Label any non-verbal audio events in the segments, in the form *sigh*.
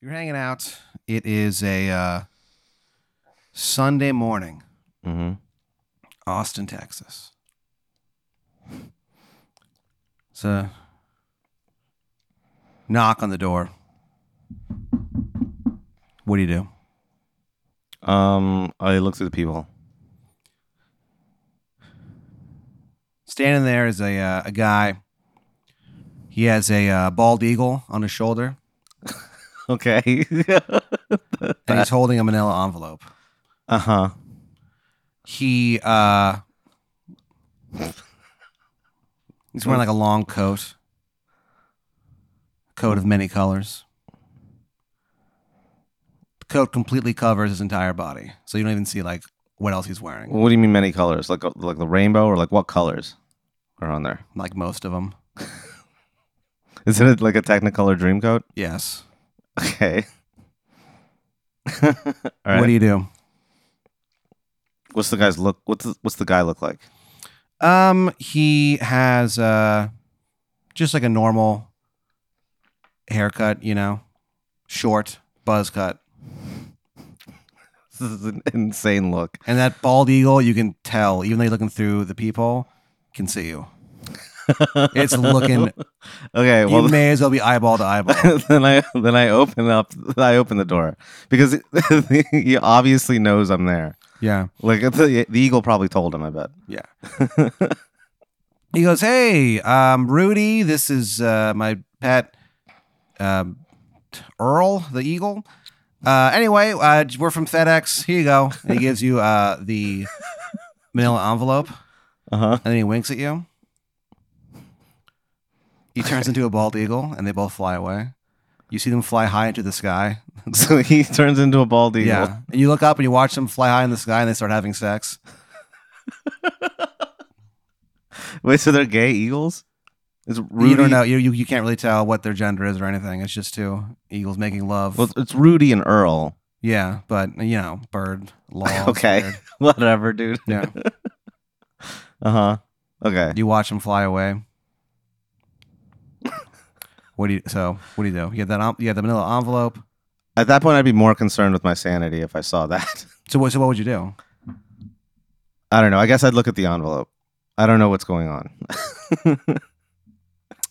You're hanging out. It is a uh, Sunday morning, Mm-hmm. Austin, Texas. It's a knock on the door. What do you do? Um, I looked at the people. *laughs* Standing there is a uh, a guy. He has a uh, bald eagle on his shoulder, Okay. *laughs* and he's holding a manila envelope. uh huh. He uh, he's wearing like a long coat, coat of many colors. The coat completely covers his entire body, so you don't even see like what else he's wearing. What do you mean many colors? Like uh, like the rainbow or like what colors are on there? *laughs* Like most of them, Is it like a Technicolor dream coat? *laughs* yes. Okay. *laughs* All right. What do you do? what's the guy's look? What's the, what's the guy look like? *laughs* Um, he has uh, just like a normal haircut, you know, short buzz cut, This is an insane look. and that bald eagle you can tell, even though you're looking through the people, can see you. *laughs* It's looking. Okay. you *laughs* Well, may as well be eyeball to eyeball. *laughs* then I then I open up. I open the door because *laughs* he obviously knows I'm there. yeah, Like *laughs* the, the eagle probably told him. I bet. yeah. he goes, "Hey, um, Rudy, this is uh, my pet, um, Earl the Eagle." Uh, anyway, uh, we're from FedEx. Here you go. And he gives you uh, the *laughs* manila envelope, and Uh huh. then he winks at you. He turns into a bald eagle, and they both fly away. You see them fly high into the sky. *laughs* So he turns into a bald eagle. Yeah, and you look up and you watch them fly high in the sky, and they start having sex. Wait, so they're gay eagles? It's Rudy. You don't know. You, you you can't really tell what their gender is or anything. It's just two eagles making love. Well, it's Rudy and Earl. *laughs* yeah, but you know, bird *laughs* law. Okay. Whatever, dude. Yeah. *laughs* Uh huh. Okay. You watch them fly away. What do you? So what do you do? You have that. en- You have the manila envelope. At that point, I'd be more concerned with my sanity if I saw that. *laughs* So what? So what would you do? I don't know. I guess I'd look at the envelope. I don't know what's going on. *laughs*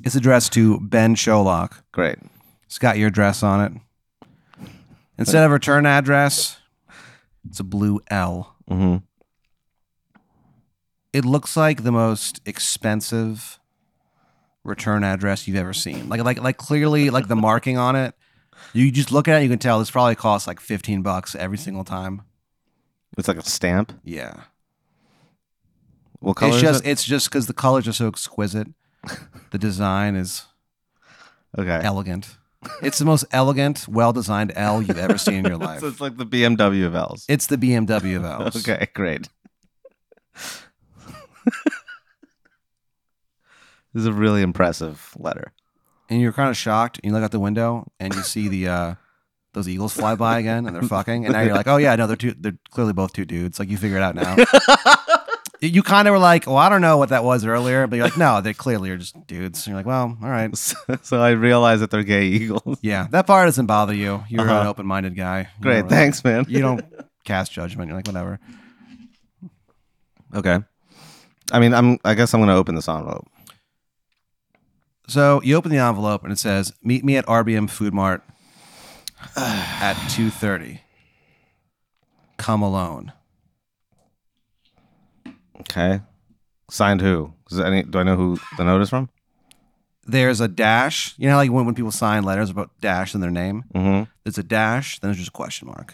It's addressed to Ben Sholok. Great. It's got your address on it. Instead of a return address, it's a blue L. hmm it looks like the most expensive return address you've ever seen. Like like like clearly like the marking on it. You just look at it, you can tell this probably costs like fifteen bucks every single time. It's like a stamp. Yeah, What color it's is just it? it's just because the colors are so exquisite. The design is Okay. elegant. It's the most elegant, well designed L you've ever seen in *laughs* your life. so it's like the BMW of L's. *laughs* It's the BMW of L's. Okay, great. *laughs* this is a really impressive letter. and you're kind of shocked. And you look out the window and you see the uh, those eagles fly by again, and they're fucking. And now you're like, oh yeah, no, they're two. They're clearly both two dudes. Like you figure it out *laughs* now. You- you kind of were like, well, I don't know what that was earlier, but you're like, no, they clearly are just dudes. And you're like, well, all right, So, *laughs* so I realize that they're *laughs* gay eagles. yeah, that part doesn't bother you. You're an Uh-huh. open-minded guy. You Great, don't really- thanks, man. You *laughs* don't cast judgment. You're like, whatever. Okay. I mean, I'm. I guess I'm gonna open this envelope. So you open the envelope and it says, "Meet me at RBM Food *sighs* Mart at 2:30. Come alone." Okay. Signed who? Is there any, do I know who the note is from? there's a dash. You know, how, like when, when people sign letters about dash in their name, Mm-hmm. there's a dash, then there's just a question mark.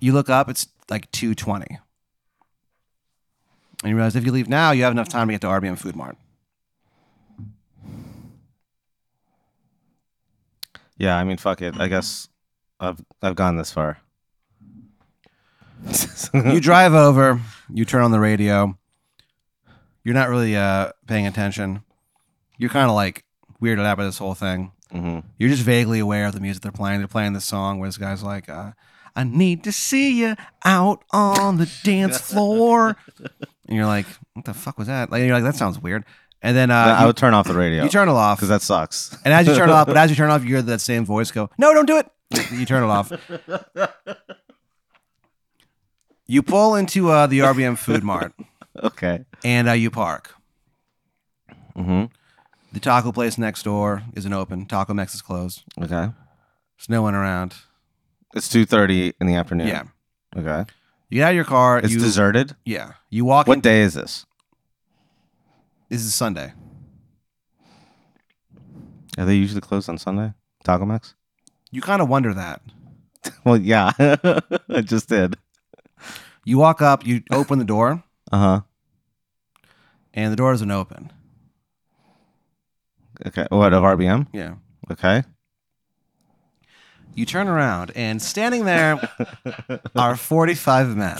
You look up, it's like 220. And you realize if you leave now, you have enough time to get to RBM Food Mart. Yeah. I mean, fuck it. I guess I've I've gone this far. *laughs* Mm-hmm. You drive over, you turn on the radio. You're not really uh, paying attention. You're kind of like weirded out by this whole thing. hmm You're just vaguely aware of the music they're playing. They're playing this song where this guy's like, uh, I need to see you out *laughs* on the dance floor. and you're like, what the fuck was that? Like, you're like, that sounds weird. And then uh, I you, would turn off the radio you turn it off. because that sucks. And as you turn it off, but as you turn it off, you hear that same voice go, "No, don't do it." You turn it off. You pull into uh, the RBM Food Mart *laughs* okay. and uh, you park. Mm-hmm. hmm The taco place next door isn't open. Taco Mex is closed. Okay. There's no one around. It's two thirty in the afternoon. Yeah. Okay. You get out of your car. It's you, deserted. Yeah. You walk. What in- day is this? This is Sunday. Are they usually closed on Sunday? Taco Max? You kind of wonder that. Well, yeah, *laughs* I just did. You walk up. *laughs* You open the door, Uh huh. and the door isn't open. Okay. What of RBM? Yeah. *laughs* Okay. You turn around, and standing *laughs* there are 45 men.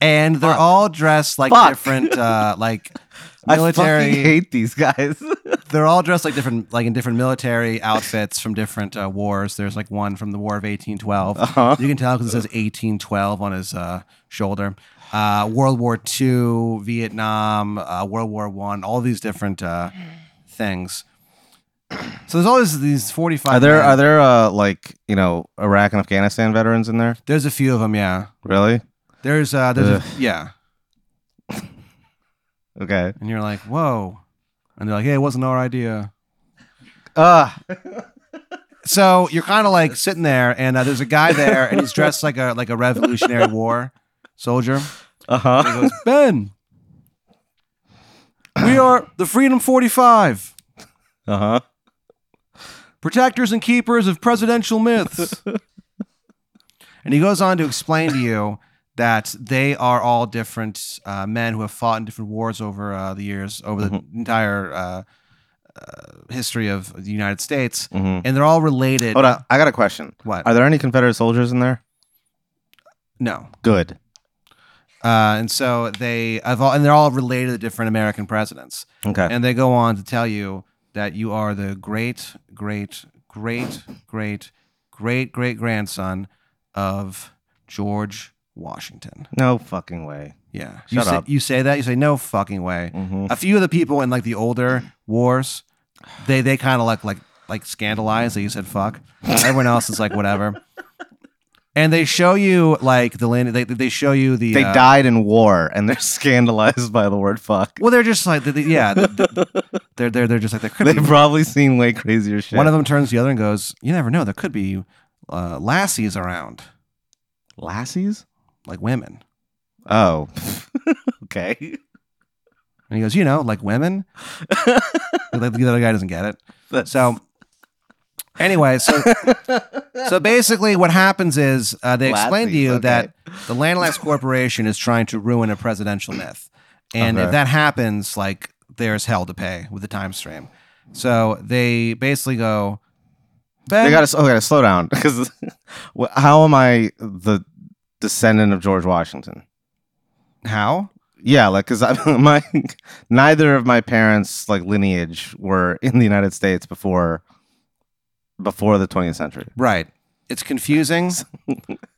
and they're all dressed like Fuck. different *laughs* uh like I fucking military hate these guys. *laughs* they're all dressed like different like in different military outfits from different uh, wars there's like one from the war of 1812 Uh-huh. you can tell because it *laughs* says 1812 on his uh shoulder uh world war Two, vietnam uh, world war one all these different uh things so there's always these 45 Are there men. are there uh like you know Iraq and Afghanistan veterans in there? there's a few of them yeah Really? there's uh there's Ugh. a, yeah Okay. and you're like whoa and they're like hey it wasn't our idea Uh *laughs* so you're kind of like sitting there, and uh, there's a guy there, and he's dressed like a like a Revolutionary War soldier. uh He huh. *laughs* goes, Ben, we are the Freedom 45, Uh huh. protectors and keepers of presidential myths. And he goes on to explain to you that they are all different uh, men who have fought in different wars over uh, the years, over the Mm-hmm. entire uh, uh, history of the United States, hmm and they're all related. Hold on. I got a question. What? Are there any Confederate soldiers in there? no. Good. Uh, and so they have all, and they're all related to different American presidents. Okay. And they go on to tell you that you are the great, great, great, great, great, great grandson of George Washington. No fucking way. Yeah. you Shut say, up. You say that. You say no fucking way. Mm-hmm. A few of the people in like the older wars, they they kind of like like like scandalized that you said fuck. Everyone else is like *laughs* whatever. And they show you like the land. They they show you the They uh, died in war and they're *laughs* scandalized by the word fuck. Well, they're just like, th- th- yeah, th- th- they're they're they're just like there could They've be. probably seen way crazier shit. One of them turns to the other and goes, "You never know. There could be uh, lassies around, lassies? like women." Oh. *laughs* okay. And he goes, "You know, like women." *laughs* like the other guy doesn't get it. That's- So anyway, *laughs* so so basically, what happens is uh, they explain to Lassies, you okay. that the Land Last Corporation is trying to ruin a presidential myth, and if Okay. that happens, like there's hell to pay with the time stream. So they basically go. they Ben, got to okay, slow down *laughs* because how am I the descendant of George Washington? How? Yeah, like because *laughs* my neither of my parents like lineage were in the United States before before the 20th century. Right. It's confusing,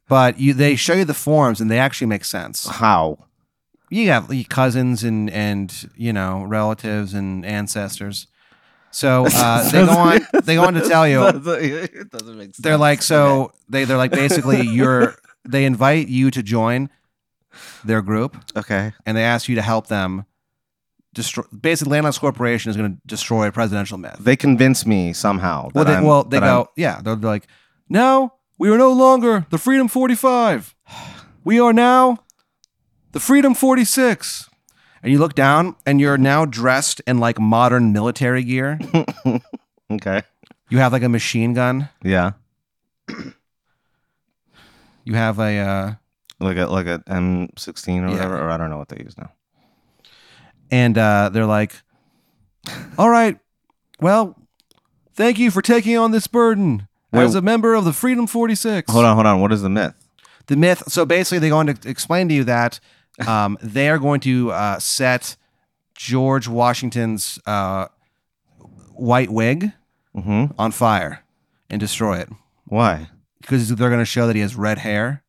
but you they show you the forms and they actually make sense. How? You have like, cousins and and you know relatives and ancestors. So uh, they go on. They go on to *laughs* tell you it doesn't make sense. they're like so they they're like basically you're they invite you to join their group okay. and they ask you to help them. Destroy basically, Landless Corporation is going to destroy a presidential myth. They convince me somehow. That Well, they, I'm- well, they that I'm- go, yeah. They're they're like, no, we are no longer the Freedom 45. We are now the Freedom 46. And you look down, and you're now dressed in like modern military gear. okay. You have like a machine gun. Yeah. You have a, uh, Like a like a M16 or Yeah. whatever, or I don't know what they use now. and uh, they're like, all right, well, thank you for taking on this burden Wait. as a member of the Freedom 46. Hold on, hold on. What is the myth? the myth so basically they go on to explain to you *laughs* that um, they are going to uh, set george washington's uh, white wig hmm on fire and destroy it Why? *laughs* because they're going to show that he has red hair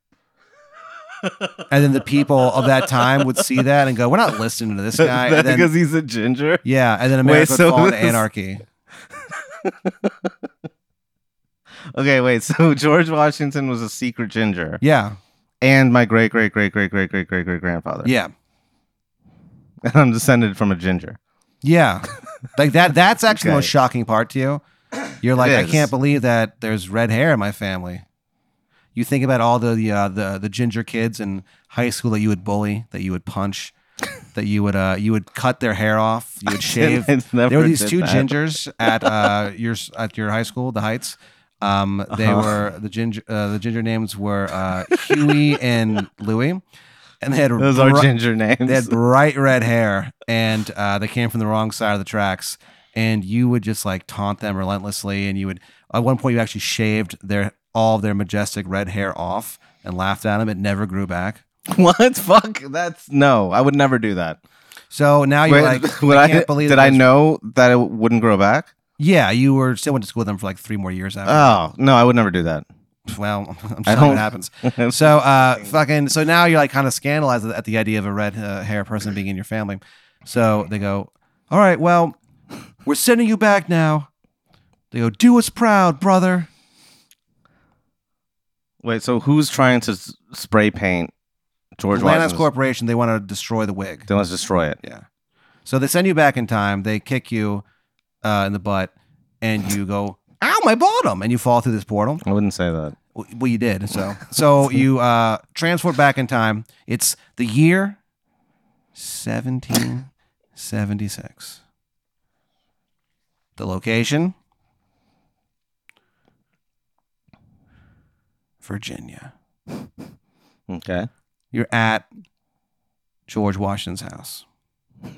and then the people of that time would see that and go, "We're not listening *laughs* to this guy." And then- because he's a ginger. yeah, and then America would so fall into this- anarchy. Okay, wait. *laughs* So George Washington was a secret ginger, Yeah, and my great great great great great great great great grandfather. yeah, and I'm descended from a ginger. *laughs* yeah. Like that. That's actually the most Okay. shocking part to you. You're like, It I is. can't believe that there's red hair in my family. You think about all the the, uh, the the ginger kids in high school that you would bully, that you would *laughs* punch, that you would uh, you would cut their hair off, you would shave. I never there were these did two that. gingers at *laughs* uh, your s- at your high school, the Heights. Um, they Uh-huh. were the ginger. Uh, the ginger names were uh, Huey and Louie, and they had Those are bri- ginger names. they *laughs* had bright red hair, and uh, they came from the wrong side of the tracks. And you would just like taunt them relentlessly, and you would at one point you actually shaved their all of their majestic red hair off and laughed at them. It never grew back. what? Fuck. That's no. I would never do that. So now you're Wait, *laughs* like, would I I- can't believe did that I there's- know that it wouldn't grow back? yeah, you were still went to school with them for like three more years after. Oh no, I would never do that. well, *laughs* I'm I sure don't- it happens. So, uh, fucking. So now you're like kind of scandalized at the idea of a red uh, hair person being in your family. So they go, "All right, well, we're sending you back now." They go, "Do us proud, brother." *laughs* Wait, so who's trying to s- spray paint George Atlantis Washington? Corporation. They want to destroy the wig. Then let's destroy it. Yeah. So they send you back in time. They kick you uh, in the butt, and you go, "Ow, my bottom!" And you fall through this portal. I wouldn't say that. Well, you did. So, so you uh, transport back in time. It's the year 1776. The location Virginia. Okay. You're at George Washington's house,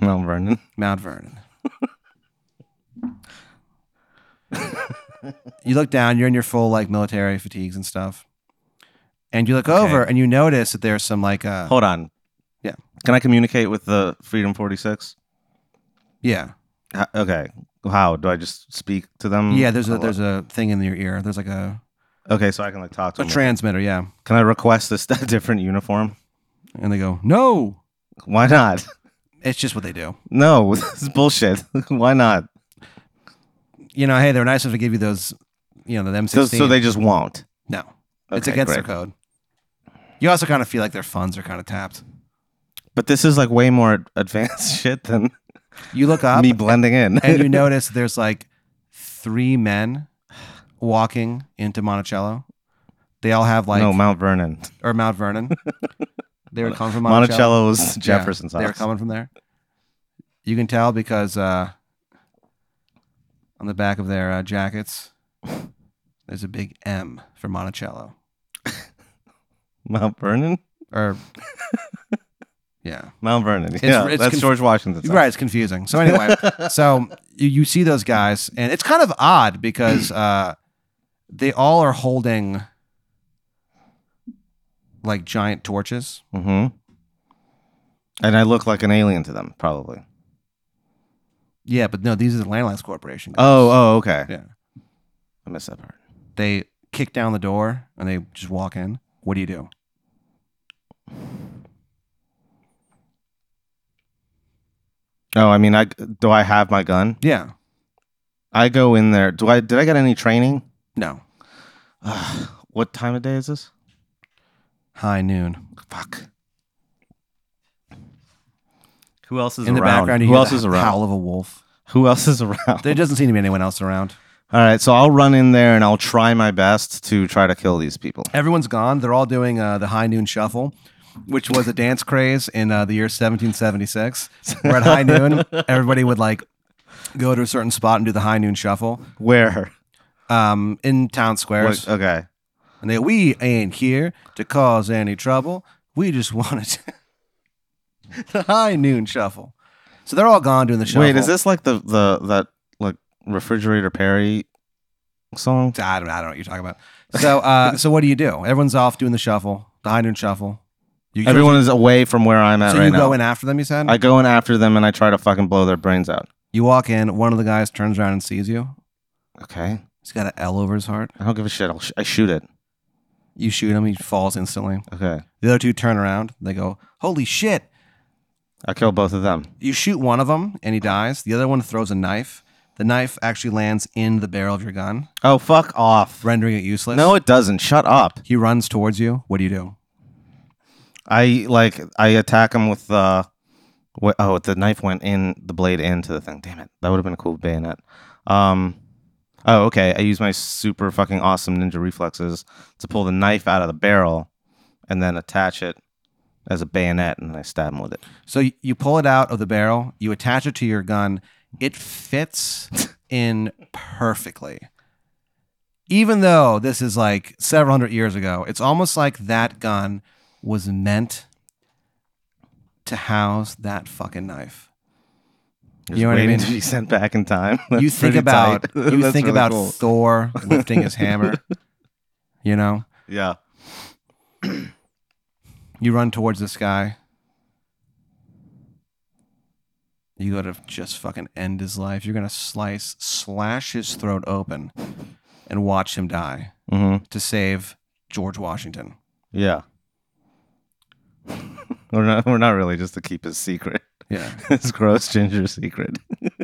Mount Vernon. Mount Vernon. you look down, you're in your full like military fatigues and stuff. And you look Okay. over and you notice that there's some like uh *laughs* Hold on. Yeah. Can I communicate with the Freedom 46? yeah. H- okay. How? Do I just speak to them? Yeah, there's a Hello? there's a thing in your ear. There's like a Okay, so I can like talk to a them. transmitter, yeah. Can I request this *laughs* different uniform? And they go, "No." Why not? *laughs* It's just what they do. No, *laughs* this is bullshit. Why not? You know, hey, they're nice enough to give you those, you know, the M16. So, so they just won't. no. it's Okay, against great. their code. You also kind of feel like their funds are kind of tapped. But this is like way more advanced *laughs* shit than You look up me blending in. Uh, and you notice there's like three men walking into Monticello. They all have like *laughs* no, Mount Vernon. or Mount Vernon. they were coming from Monticello. Monticello was Yeah, Jefferson's They were house. coming from there. You can tell because uh, on the back of their uh, jackets, there's a big M for Monticello. Mount Vernon? Or yeah, Mount Vernon. yeah, it's that's conf- George Washington's house. right. It's confusing. So anyway, *laughs* so you, you see those guys, and it's kind of odd because uh, they all are holding like giant torches. hmm And I look like an alien to them, probably. Yeah, but no, these are the Landlines Corporation. Guys. Oh, oh, okay. Yeah. I missed that part. They kick down the door and they just walk in. What do you do? Oh, I mean, I do I have my gun? Yeah. I go in there. Do I did I get any training? *sighs* No. Ugh, what time of day is this? High noon. Fuck. Who else is In the around? background, you Who hear else the is around? howl of a wolf. Who else is around? There doesn't seem to be anyone else around. All right, so I'll run in there and I'll try my best to try to kill these people. Everyone's gone. They're all doing uh, the high noon shuffle, which was a dance craze in uh, the year 1776. *laughs* Where at high noon, everybody would like go to a certain spot and do the high noon shuffle Where? um, in town squares. What- okay. And they, we ain't here to cause any trouble. We just wanted to. *laughs* the high noon shuffle. So they're all gone doing the shuffle. Wait, is this like the the that like refrigerator Perry song? I don't, I don't know what you're talking about. So, uh, so what do you do? Everyone's off doing the shuffle, the high noon shuffle. You go- Everyone is away from where I'm at So right you now. go in after them. You said I go in after them and I try to fucking blow their brains out. you walk in. One of the guys turns around and sees you. Okay, He's got an L over his heart. I don't give a shit. I'll sh- I shoot it. You shoot him. He falls instantly. Okay, The other two turn around. They go, "Holy shit!" I killed both of them. You shoot one of them and he dies. The other one throws a knife. The knife actually lands in the barrel of your gun, Oh, fuck off. rendering it useless. No, it doesn't. Shut up. he runs towards you. What do you do? I like I attack him with uh what oh the knife went in the blade into the thing. Damn it. That would have been a cool bayonet. Um Oh, okay. I use my super fucking awesome ninja reflexes to pull the knife out of the barrel and then attach it as a bayonet and then I stab him with it. So y- you pull it out of the barrel. You attach it to your gun. It fits *laughs* in perfectly. Even though this is like several hundred years ago, it's almost like that gun was meant to house that fucking knife. Just know what I waiting mean? to be sent back in time. *laughs* you That's think pretty about tight. *laughs* you That's think really about cool. Thor lifting his *laughs* hammer. You know, Yeah. you run towards this guy. You go to just fucking end his life. You're gonna slice, slash his throat open, and watch him die Mhm. to save George Washington. Yeah. *laughs* we're not we're not really just to keep his secret. *laughs* Yeah. his gross ginger secret. *laughs*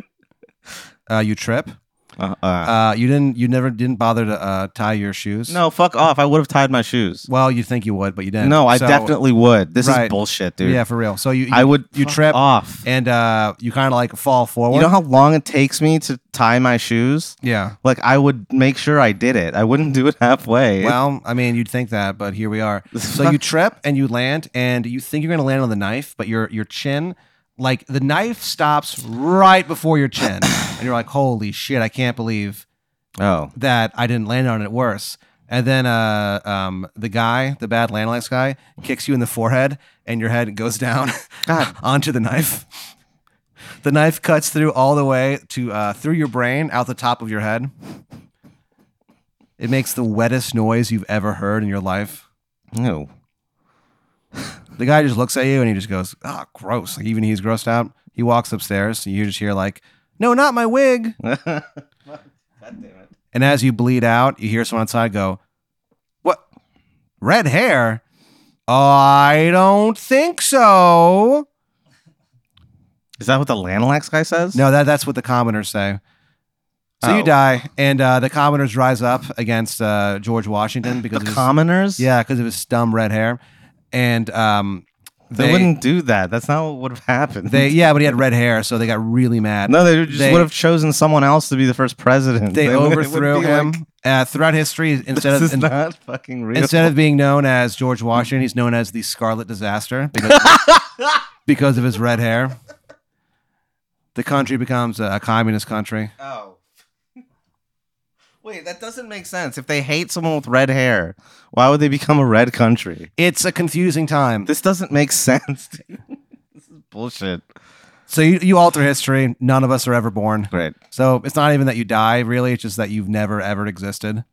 Uh, you trip. Uh, *laughs* uh, Uh, you didn't. You never didn't bother to uh, tie your shoes. No, fuck off. I would have tied my shoes. Well, you think you would, but you didn't. No, I So- definitely would. This Right. is bullshit, dude. Yeah, for real. So you, you I would you fuck trip. off. and uh, you kind of like fall forward. you know how long it takes me to tie my shoes? yeah. Like I would make sure I did it. I wouldn't do it *laughs* halfway. Well, I mean, you'd think that, but here we are. So you trip and you land, and you think you're going to land on the knife, but your your chin, like the knife stops right before your chin, and you're like, "Holy shit! I can't believe oh. that I didn't land on it worse." And then uh, um, the guy, the bad landlines guy, kicks you in the forehead, and your head goes down God. *laughs* onto the knife. The knife cuts through all the way to uh, through your brain, out the top of your head. It makes the wettest noise you've ever heard in your life. No. The guy just looks at you and he just goes, "Ah, gross!" Like even he's grossed out. He walks upstairs, and you just hear like, "No, not my wig!" God damn it. And as you bleed out, you hear someone outside go, "What? Red hair? I don't think so." Is that what the Lanalax guy says? No, that that's what the commoners say. So you Oh. die, and uh, the commoners rise up against uh, George Washington The because of his, commoners? yeah, because of his dumb red hair, and um, They, wouldn't do that. That's not what would have happened. They yeah, but he had red hair, so they got really mad. no, they just they- would have chosen someone else to be the first president. they, would- it would overthrew be him like, uh, throughout history. Instead this of is in- not fucking *laughs* real. instead of being known as George Washington, he's known as the Scarlet Disaster because because of his *laughs* red hair. The country becomes a, a communist country. *laughs* Oh. Wait, that doesn't make sense. If they hate someone with red hair, why would they become a red country? It's a confusing time. This doesn't make *laughs* sense. dude. this is bullshit. So you, you alter history. None of us are ever born. Great. So it's not even that you die, really. It's just that you've never ever existed.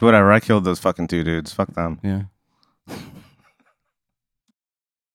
Whatever, I killed those fucking two dudes. Fuck them. Yeah.